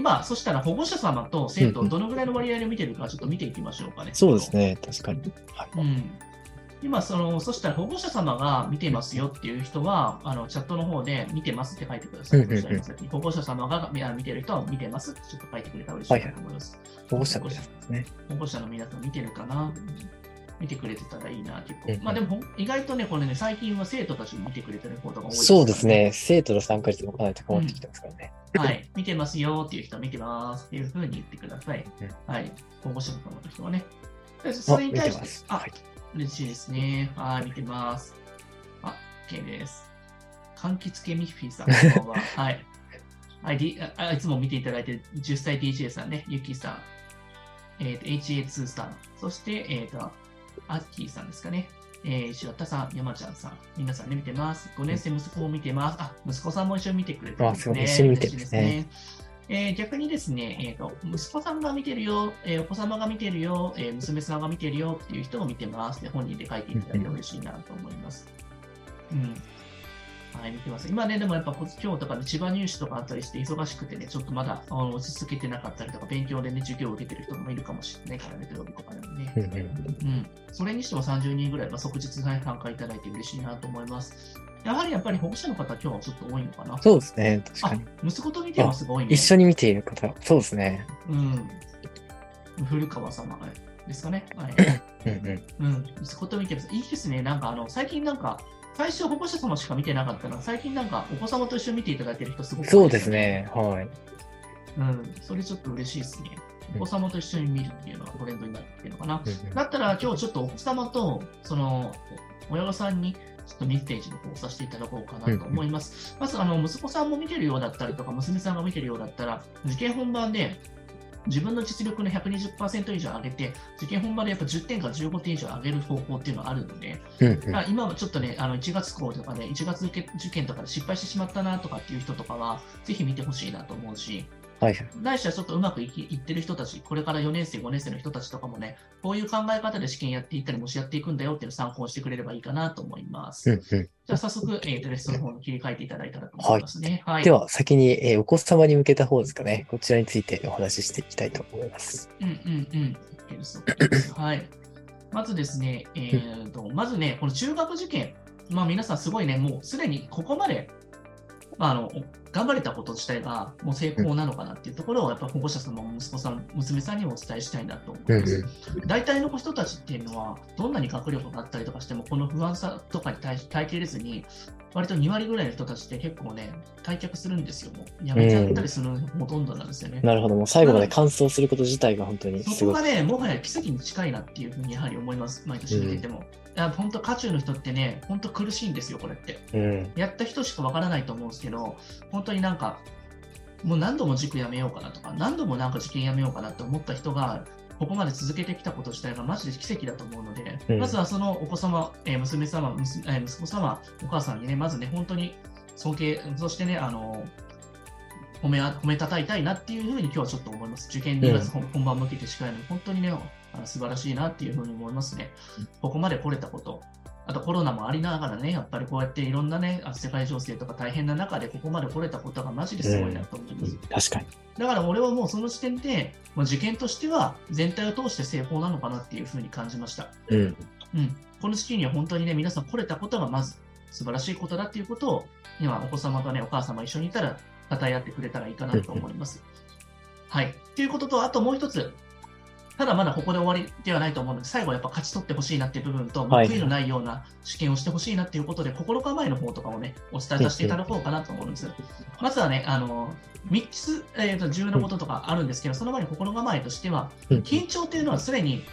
まあ、そしたら保護者様と生徒、どのぐらいの割合で見てるか、ちょっと見ていきましょうかね。そうですね、確かに。はうい、ん、今その、そしたら保護者様が見てますよっていう人は、あのチャットの方で見てますって書いてくださうい。んうんうんこちらの先に保護者様がみあ見てる人は見てますってちょっと書いてくれたら嬉しいなと思います。保護者の皆さんですね。保護者の皆さん見てるかな見てくれてたらいいな、結うんう構。んまあでも、意外とね、これね、最近は生徒たちも見てくれてることが多いからそうです。ね、生徒の参加率もかなり高まってきてますからね。はい、見てますよっていう人は見てますっていうふうに言ってください。うはい、保護者様の人はね。でそれに対して、ああはい、嬉しいですね。はい、見てます。あ、OK です。柑橘系ミッフィーさん、こんばんは。 はい。はい、D、ああいつも見ていただいてる10歳 DJ さんね、ゆきさん、えーと HA2 さん、そして、えっ、と、アッキーさんですかね。えー、白田さん、山ちゃんさん、皆さんね、見てます。5年生息子も見てます。あ、息子さんも一緒に見てくれてるんですね。あそう一緒に見てるんですね嬉しいですねえー逆にですね、えーと、息子さんが見てるよ、えーお子様が見てるよ、えー娘さんが見てるよっていう人を見てますって本人で書いていただいて嬉しいなと思います。うん。はい、見てます。今ね、でもやっぱこ今日とかね、千葉入試とかあったりして忙しくてね、ちょっとまだあの落ち着けてなかったりとか、勉強でね、授業を受けてる人もいるかもしれないからね、土曜日とかでもね。うんうんうん、それにしても30人ぐらいは即日参加いただいて嬉しいなと思います。やはりやっぱり保護者の方、今日はちょっと多いのかな。そうですね、確かあに。、息子と見てもすごいね。一緒に見ている方、そうですね。うん。古川様がですかね。 はい。うんうん、うん。息子と見てます。いいですね。なんかあの、最近なんか、最初保護者様しか見てなかったら、最近なんかお子様と一緒に見ていただいてる人すごくそ多ういです。ね、はい。うん。それちょっと嬉しいですね。お子様と一緒に見るっていうのがトレンドになってきてるのかな。だったら今日ちょっとお子様とその親御さんにちょっとメッセージの方をさせていただこうかなと思います。まずあの息子さんも見てるようだったりとか娘さんが見てるようだったら受験本番で自分の実力の120%以上上げて受験本番でやっぱ10点から15点以上上げる方法っていうのがあるので、うんうんあ今はちょっとね、あの1月校とかで、1月受け受験とかで失敗してしまったなとかっていう人とかは、ぜひ見てほしいなと思うし、はいはい。ないしはちょっとうまくいきいってる人たち、これから4年生、5年生の人たちとかもね、こういう考え方で試験やっていったり、もしやっていくんだよっていうのを参考にしてくれればいいかなと思います。うんうんじゃあ早速、えーとレッスンの方に切り替えていただいたらと思いますね。はい。では、先に、えーお子様に向けた方ですかね。こちらについてお話ししていきたいと思います。うんうんうん。OK です OK ですはい。まずですね、えーと、まずね、この中学受験、まあ皆さんすごいね、もうすでにここまで、まあ、あの頑張れたこと自体がもう成功なのかなっていうところを、やっぱ保護者様も息子さん、娘さんにもお伝えしたいなと思います。大体の人たちっていうのは、どんなに学力があったりとかしても、この不安さとかに耐え耐えきれずに、割と2割ぐらいの人たちって結構ね、退却するんですよ、もう。やめちゃったりするのがほとんどなんですよね。なるほど。もう最後まで完走すること自体が本当にすそこごがい。ね、もはや奇跡に近いなっていうふうにやはり思います、毎年見てても。あ本当、渦中の人ってね、本当苦しいんですよ、これって。うん。やった人しかわからないと思うんですけど、本当になんか、もう何度も塾やめようかなとか、何度もなんか受験やめようかなって思った人が、ここまで続けてきたこと自体がマジで奇跡だと思うので、うんまずはそのお子様、えー娘様、娘えー息子様、お母さんにね、まずね、本当に尊敬、そしてね、あの褒めあ褒めたたいたいなっていうふうに今日はちょっと思います。受験2月本本番向けてしかやる、本当にね、あの素晴らしいなっていうふうに思いますねうん。ここまで来れたこと、あとコロナもありながらね、やっぱりこうやっていろんなね、あ世界情勢とか大変な中でここまで来れたことがマジですごいなと思います。確かに。だから俺はもうその時点で、まあ、受験としては全体を通して成功なのかなっていうふうに感じました。うん。うん、この時期には本当にね、皆さん来れたことがまず素晴らしいことだっていうことを、今、お子様とね、お母様一緒にいたら、称え合ってくれたらいいかなと思います。はい。ということと、あともう一つ、ただまだここで終わりではないと思うので、最後はやっぱ勝ち取ってほしいなっていう部分と、はい悔いのないような試験をしてほしいなっていうことで、心構えの方とかもね、お伝えさせていただこうかなと思うんです。まずはね、あの、3つ、えーと重要なこととかあるんですけど、その前に心構えとしては、うん緊張っていうのはすでに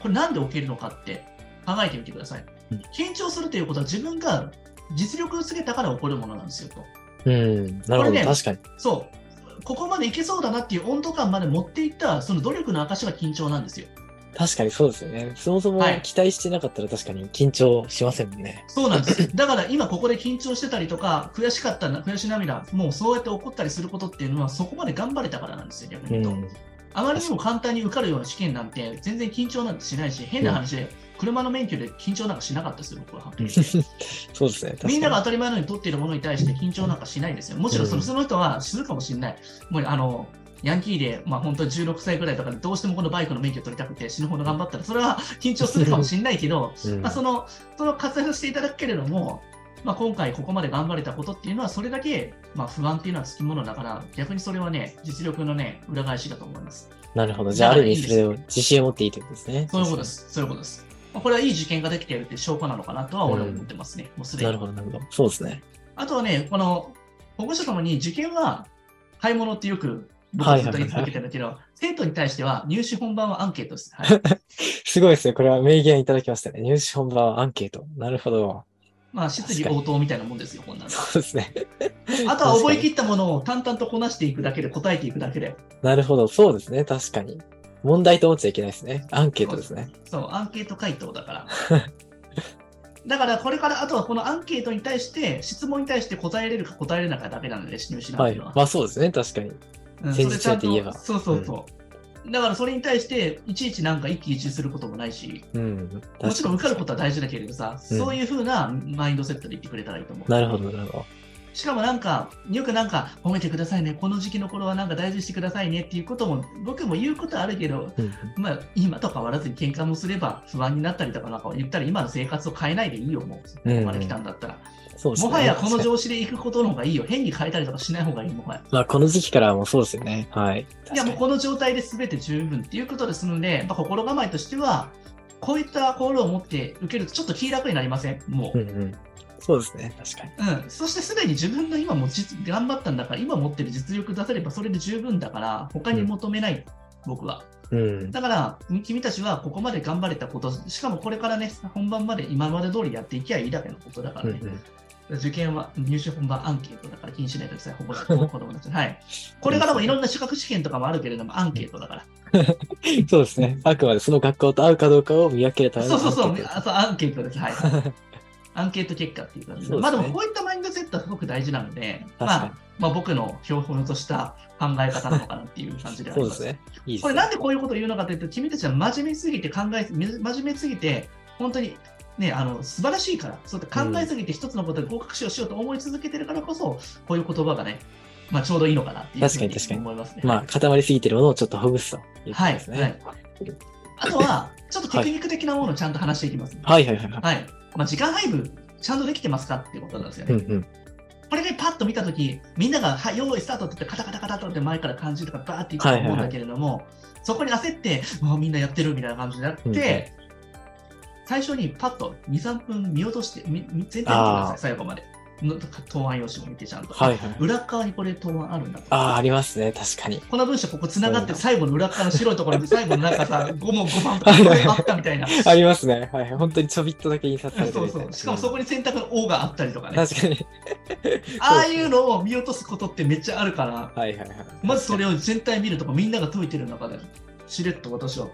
これなんで起きるのかって考えてみてくださいうん。緊張するということは自分が実力をつけたから起こるものなんですよと。うん。なるほこれど。ね確かに。そう。ここまでいけそうだなっていう温度感まで持っていったその努力の証が緊張なんですよ。確かにそうですよね。そもそもはい期待してなかったら確かに緊張しませんもんね。そうなん です。だから今ここで緊張してたりとか、悔しかったな、悔し涙、もうそうやって起こったりすることっていうのはそこまで頑張れたからなんですよ、逆にう言うと。ん。あまりにも簡単に受かるような試験なんて全然緊張なんてしないし、変な話で、車の免許で緊張なんかしなかったですよ、僕は はっきり言って。そうですね。確かにみんなが当たり前のように取っているものに対して緊張なんかしないんですよ。もちろんそのうんその人はするかもしれない。もうあのヤンキーで、まあ、本当に16歳ぐらいとかで、どうしてもこのバイクの免許取りたくて死ぬほど頑張ったら、それは緊張するかもしれないけど、うんまあ、その、その活躍していただくけれども、まあ、今回ここまで頑張れたことっていうのは、それだけ、まあ、不安っていうのはつきものだから、逆にそれはね、実力のね、裏返しだと思います。なるほど。じゃあ、ある意味それを自信を持っていいということですね。そういうことで。す。そういうことです。まあ、これはいい受験ができているっていう証拠なのかなとは俺は思ってますね。もうすでなにる。ほど、なるほど。そうですね。あとはね、この保護者ともに受験は買い物ってよく僕はずっと言い続けてるんだけど、生徒に対しては入試本番はアンケートです。 はい、すごいですね。これは名言いただきましたね。入試本番はアンケート。なるほど。まあ質疑応答みたいなもんですよ、こんな の。そうですね。あとは覚え切ったものを淡々とこなしていくだけで答えていくだけで、なるほど。そうですね。確かに。問題と思っちゃいけないですね。アンケートですね。そう、アンケート回答だから。 だからこれから、あとはこのアンケートに対して、質問に対して答えれるか答えれないかだけなので、入試なんはていい。うのはま。あそうですね。確かに。うん前日やって言えばそれちゃんとそうそうそう。だからそれに対して、いちいちなんか一喜一憂することもないし、うん。。もちろん受かることとは大事だけれどさ、うんそういうふうなマインドセットで言ってくれたらいいと思う。なるほど、なるほど。しかもなんか、よくなんか、褒めてくださいね、この時期の頃はなんか大事にしてくださいねっていうことも、僕も言うことあるけど、うんまあ、今と変わらずに喧嘩もすれば不安になったりとか、なんか言ったら今の生活を変えないでいいよ、もう、ここまで来たんだったら。そうですね。もはやこの確かに調子で行くことの方がいいよ、変に変えたりとかしない方がいい、もはや。まあこの時期からはもうそうですよね。はい。いやもう確かこの状態で全て十分っていうことですので、まあ、心構えとしては、こういった心を持って受けるとちょっと気楽になりませんもう。にうんうん。そうですね。確かに。うん。そしてすでに自分の今も実頑張ったんだから、今持ってる実力出せればそれで十分だから、他に求めない、僕は。うん。だから、み君たちはここまで頑張れたこと、しかもこれからね、本番まで今まで通りやっていきゃいいだけのことだかうんらうね。ん受験は入試本番アンケートだから気にしないでください、保 護者、子供たち。はい。これからもいろんな資格試験とかもあるけれども、アンケートだから。そうですね。あくまでその学校と合うかどうかを見分けるためのそうそうそアンうケート、あそうアンケートです。 はい。アンケート結果っていう感じで、そうですねまあでもこういったマインドセットはすごく大事なので、確かまあ、まあ僕の標本とした考え方なのかなっていう感じでに。ありそま。うですすね。いいですこねれなんでこういうことを言うのかというと、君たちは真面目すぎて考え、真面目すぎて、本当にね、あの素晴らしいから、そうやって考えすぎて一つのことで合格しようしようと思い続けてるからこそ、こういう言葉がね、まあちょうどいいのかなっていうふう確かに確かに思いますね。まあ、固まりすぎてるものをちょっとほぐすということですね。はいあとは、ちょっとテクニック的なものをちゃんと話していきます、はい、はい、はいはい。はい。まあ、時間配分、ちゃんとできてますかっていうことなんですよね。うんうん。これでパッと見たとき、みんなが、はい、用意スタートって言って、カタカタカタとって前から感じとか、バーっていくと思うんだけれども、そこに焦って、もうみんなやってるみたいな感じになって、うん最初にパッと2、3分見落として、みみ全体見てください、あー最後まで。の答案用紙も見て、ちゃんと。はい、はい。裏側にこれ答案あるんだとああ、ありますね。確かに。この文章ここ繋がってるそ最後の裏側の白いところに最後のなんか さ5問5番とかこれあったみたいなありますね。はい。本当にちょびっとだけ印刷されてそるうみたそいな。うしかもそこに選択の O があったりとかね確かに。ああいうのを見落とすことってめっちゃあるから、はいはいはい。まずそれを全体見るとか、みんなが解いてる中で、しれっと私は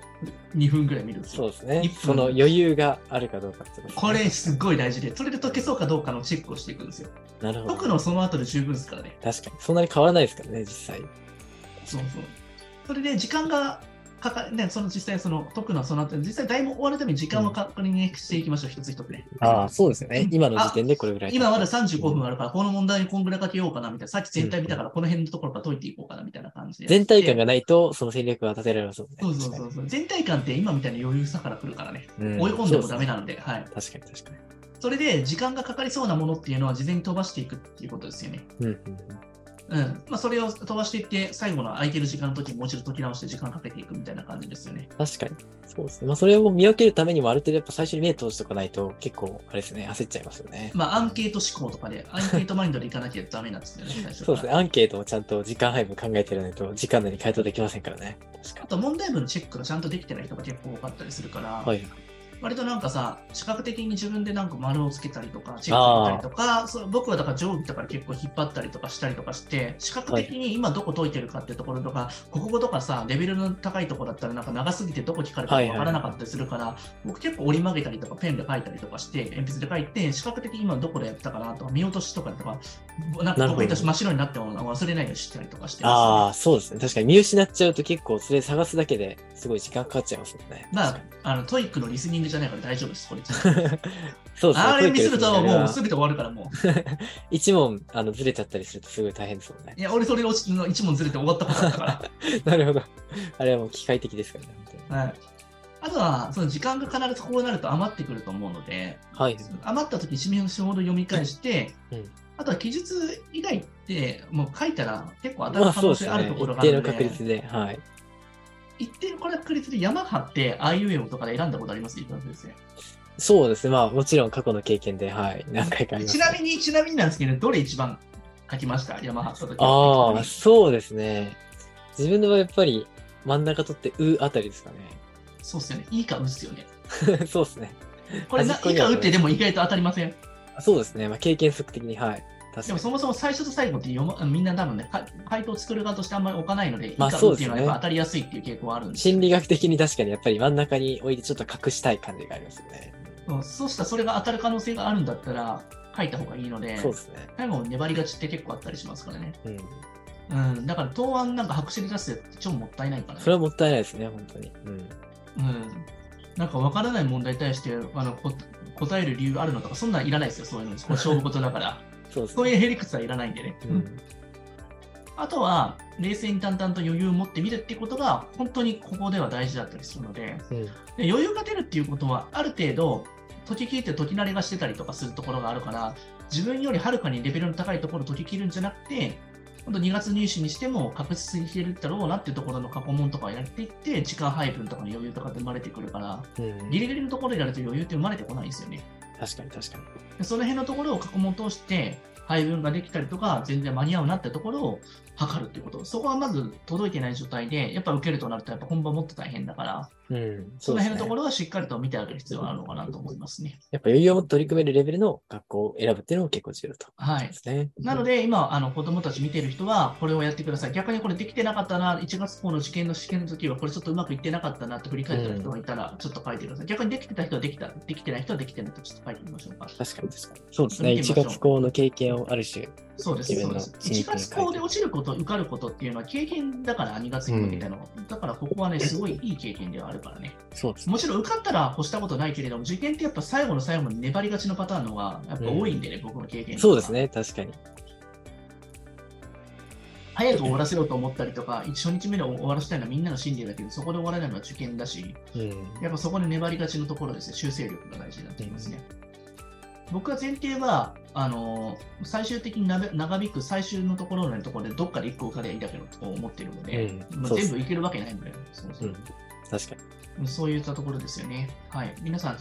2分ぐらい見るんですそよ。うですね一。分その余裕があるかどうかってことですねこれすっごい大事で、それで解けそうかどうかのチェックをしていくんですよ。なるほど。解くのはその後で十分ですからね。確かに。そんなに変わらないですからね、実際。そうそう。それで時間がかかね、その実際その解くのはその後で、実際だいぶ終わるために時間を確認していきましょう、一つ一つね。ああ、そうですよね。今の時点でこれぐらい。今まだ35分あるから、この問題にこんぐらいかけようかなみたいな、さっき全体見たから、この辺のところから解いていこうかなみたいな感じで。全体感がないと、その戦略は立てられますもんね。そうそうそうそう。全体感って今みたいな余裕さから来るからね。確かに追い込んでもダメな。なので、はい。そうですね確かに確かそれで時間がかかりそうなものっていうのは事前に飛ばしていくっていうことですよね。に。うんうんうんうん。まあ、それを飛ばしていって、最後の空いてる時間の時にもう一度解き直して時間かけていくみたいな感じですよね。確かに。そうですね。まあ、それを見分けるためにも、ある程度やっぱ最初に目通しておかないと、結構、あれですね、焦っちゃいますよね。まあ、アンケート思考とかで、アンケートマインドでいかなきゃダメなんですよね、最初かそうらですね。アンケートもちゃんと時間配分考えていないと、時間内に回答できませんからね。確かあと、問題文のチェックがちゃんとできてない人が結構多かったりするから、に。はい。割となんかさ、視覚的に自分でなんか丸をつけたりとか、チェック入れたりとか、そう僕はだから定規とか結構引っ張ったりとかしたりとかして、視覚的に今どこ解いてるかってところとか、国語とかさ、レベルの高いところだったらなんか長すぎてどこ聞かれたかわからなかったりするから、僕結構折り曲げたりとか、ペンで書いたりとかして、鉛筆で書いて、視覚的に今どこでやったかなとか、見落としとかとか、なんかなるほど僕たち真っ白になっても忘れないようにしたりとかしてますねああ、そうですね。確かに見失っちゃうと結構それ探すだけですごい時間かかっちゃいますもんね。まあ確かに、あのトイックのリスニングじゃないから大丈夫 です、これ。そうですね。あれミスる解といてやつもうねすぐで終わるから、もう。一問あのずれちゃったりするとすごい大変ですもん ね。いや、俺それ落ちの一問ずれて終わったことあったか なるほど。あれはもう機械的ですからね。本当にら。はい。あとは、その時間が必ずこうなると余ってくると思うので、はい。余った時、紙面をほど読み返して、うんあとは記述以外って、もう書いたら結構当たまるあ可そう能です性あるねところ。一がある定のので、確率で。はい。一定の確率で山張って、あいうえおとかで選んだことあります伊藤先生そうですね。まあもちろん過去の経験で、はい。何回かありまちす、ね。なみに、ちなみになんですけど、どれ一番書きました山張った時。ああ、そうですね。自分の場合やっぱり真ん中取ってうあたりですかそうっすよね。いいか、うっすよね。ね。 そうですね。これな、端っこいいにはか、うってでも意外と当たりません。そうですね。まあ経験則的に、はい。で確かもに。そもそも最初と最後って読まみんな多分ね、か回答を作る側としてあんまり置かないので、いいまあか、うっていうのはやっぱ当たりやすいっていう傾向はあるんですよ心理学的に確かにやっぱり真ん中に置いてちょっと隠したい感じがありますよね。うんそうしたらそれが当たる可能性があるんだったら、書いた方がいいので、そうですね。最後の粘りがちって結構あったりしますからね。うん。うん、だから答案なんか白紙で出すって超もったいないから、ねそれはもったいないですね、本当に。うん。うん、なんかわからない問題に対してあのこ答える理由あるのとか、そんなんいらないですよ、そういうの。これ勝負事だから。そうですそうね。いうへりくつはいらないんでね。うん。あとは、冷静に淡々と余裕を持ってみるってことが、本当にここでは大事だったりするので、うんで余裕が出るっていうことは、ある程度、解き切って解き慣れがしてたりとかするところがあるから、自分よりはるかにレベルの高いところを解き切るんじゃなくて、本当2月入試にしても確実に消えるだろうなっていうところの過去問とかをやっていって、時間配分とかの余裕とかって生まれてくるから、うんギリギリのところでやると余裕って生まれてこないんですよね。確かに確かに。でその辺のところを過去問を通して配分ができたりとか、全然間に合うなってところを測るっていうこと。そこはまず届いてない状態で、やっぱ受けるとなると、やっぱ本番もっと大変だから、うん。そそうので辺すねのところはしっかりと見てあげる必要があるのかなと思いますね。やっぱ余裕を持って取り組めるレベルの学校を選ぶっていうのも結構重要と。はいで。すね。なので、今、あの子供たち見てる人は、これをやってください。逆にこれできてなかったな、1月号の試験の試験の時は、これちょっとうまくいってなかったなって振り返った人がいたら、ちょっと書いてください。逆にできてた人はできた、できてない人はできてないとちょっと書いてみましょうか。確かに確かに。そうですね。見てみま1しょう月校の経験をある種。そうです、そ自う分でのす。地域1月校で落ちること、受かることっていうのは経験だから、2月に向けての。だから、ここはね、すごいいい経験ではあるからね。そうですね。もちろん受かったら越したことないけれども、受験ってやっぱ最後の最後に粘りがちのパターンの方がやっぱ多いんでね、僕の経験そうですね。ね。確かに。早く終わらせようと思ったりとか、初日目で終わらせたいのはみんなの心理だけど、そこで終わらないのは受験だし、うん。やっぱそこで粘りがちのところですね、修正力が大事になってきますね。僕は前提は、あのー最終的になべ長引く最終のところのところで、どっかで1個受かりゃいいだけどと思ってるので、うんまあそうです。全部いけるわけないので、そうそううん確かに。そういったところですよね。はい。皆さん、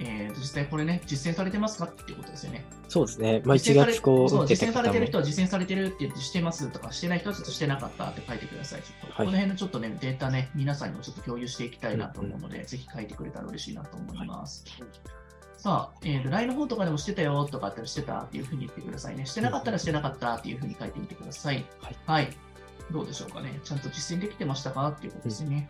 えーと実際これね、実践されてますかっていうことですよね。そうですね。まあ、1実践され月校をそう受け実た践され方てるも。人は実践されてるって言ってしてますとか、してない人はちょっとしてなかったって書いてください。ちょっとはいこの辺のちょっとね、データね、皆さんにもちょっと共有していきたいなと思うので、ぜひ書いてくれたら嬉しいなと思います。さあ、えーと、LINE の方とかでもしてたよとかあったらしてたっていうふうに言ってくださいね。してなかったらしてなかったっていうふうに書いてみてください。はい。どうでしょうかね。ちゃんと実践できてましたかっていうことですね。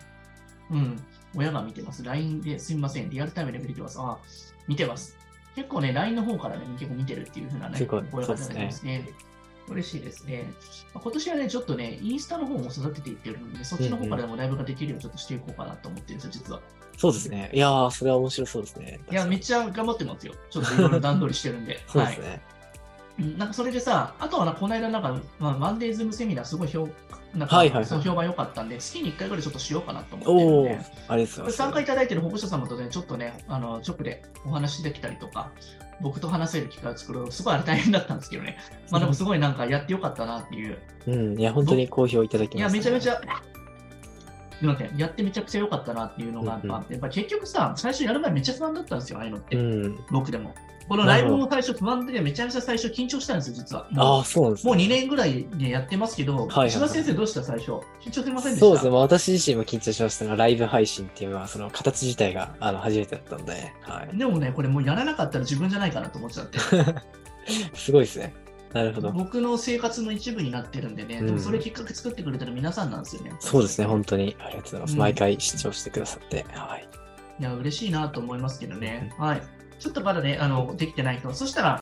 うん。親が見てます。LINE ですみません。リアルタイムで見てます。あ、見てます。結構ね、LINE の方からね、結構見てるっていう風なね、すごい声が出てますね。嬉しいですね。まあ今年はね、ちょっとね、インスタの方も育てていってるので、そっちの方からでもライブができるようにちょっとしていこうかなと思ってるんですよ、実は。そうですね。いやー、それは面白そうですね。いや、めっちちゃ頑張ってますよ。ちょっといろいろ段取りしてるんで。 そうですね。うんなんかそれでさ、あとはな、この間なんか、まあ、マンデーズームセミナーすごい評なんか、はいはいはいその評判良かったんで、月に1回ぐらいちょっとしようかなと思ってるおんおでー、あれですよ。参加いただいてる保護者様とね、ちょっとね、あの直でお話できたりとか、僕と話せる機会を作る、すごいあれ大変だったんですけどね、まあでもすごいなんかやってよかったなっていう、うん。いや、本当に好評いただきいましや、たねめちゃめちゃ、すいません、やってめちゃくちゃ良かったなっていうのがあって、うんうやっぱ結局さ、最初やる前めっちゃ不安だったんですよ、ああいうのって、うん。僕でも。このライブも最初不安で、めちゃめちゃ最初緊張したんですよ、実は。ああ、そうなんですもね。う2年ぐらい、ね、やってますけど、はいはい石田先生どうした最初緊張すみませんでしたそうですね、まあ、私自身も緊張しましたが、ライブ配信っていうのは、その形自体があの初めてだったんで、はい、でもね、これもうやらなかったら自分じゃないかなと思っちゃって、すごいですね。なるほど。僕の生活の一部になってるんでね、うんでもそれきっかけ作ってくれたら皆さんなんですよね。そうですね、本当にありがとうございます。うん毎回視聴してくださって、はい。いや、嬉しいなと思いますけどね。はい。ちょっとまだね、あの、できてない人、そしたら、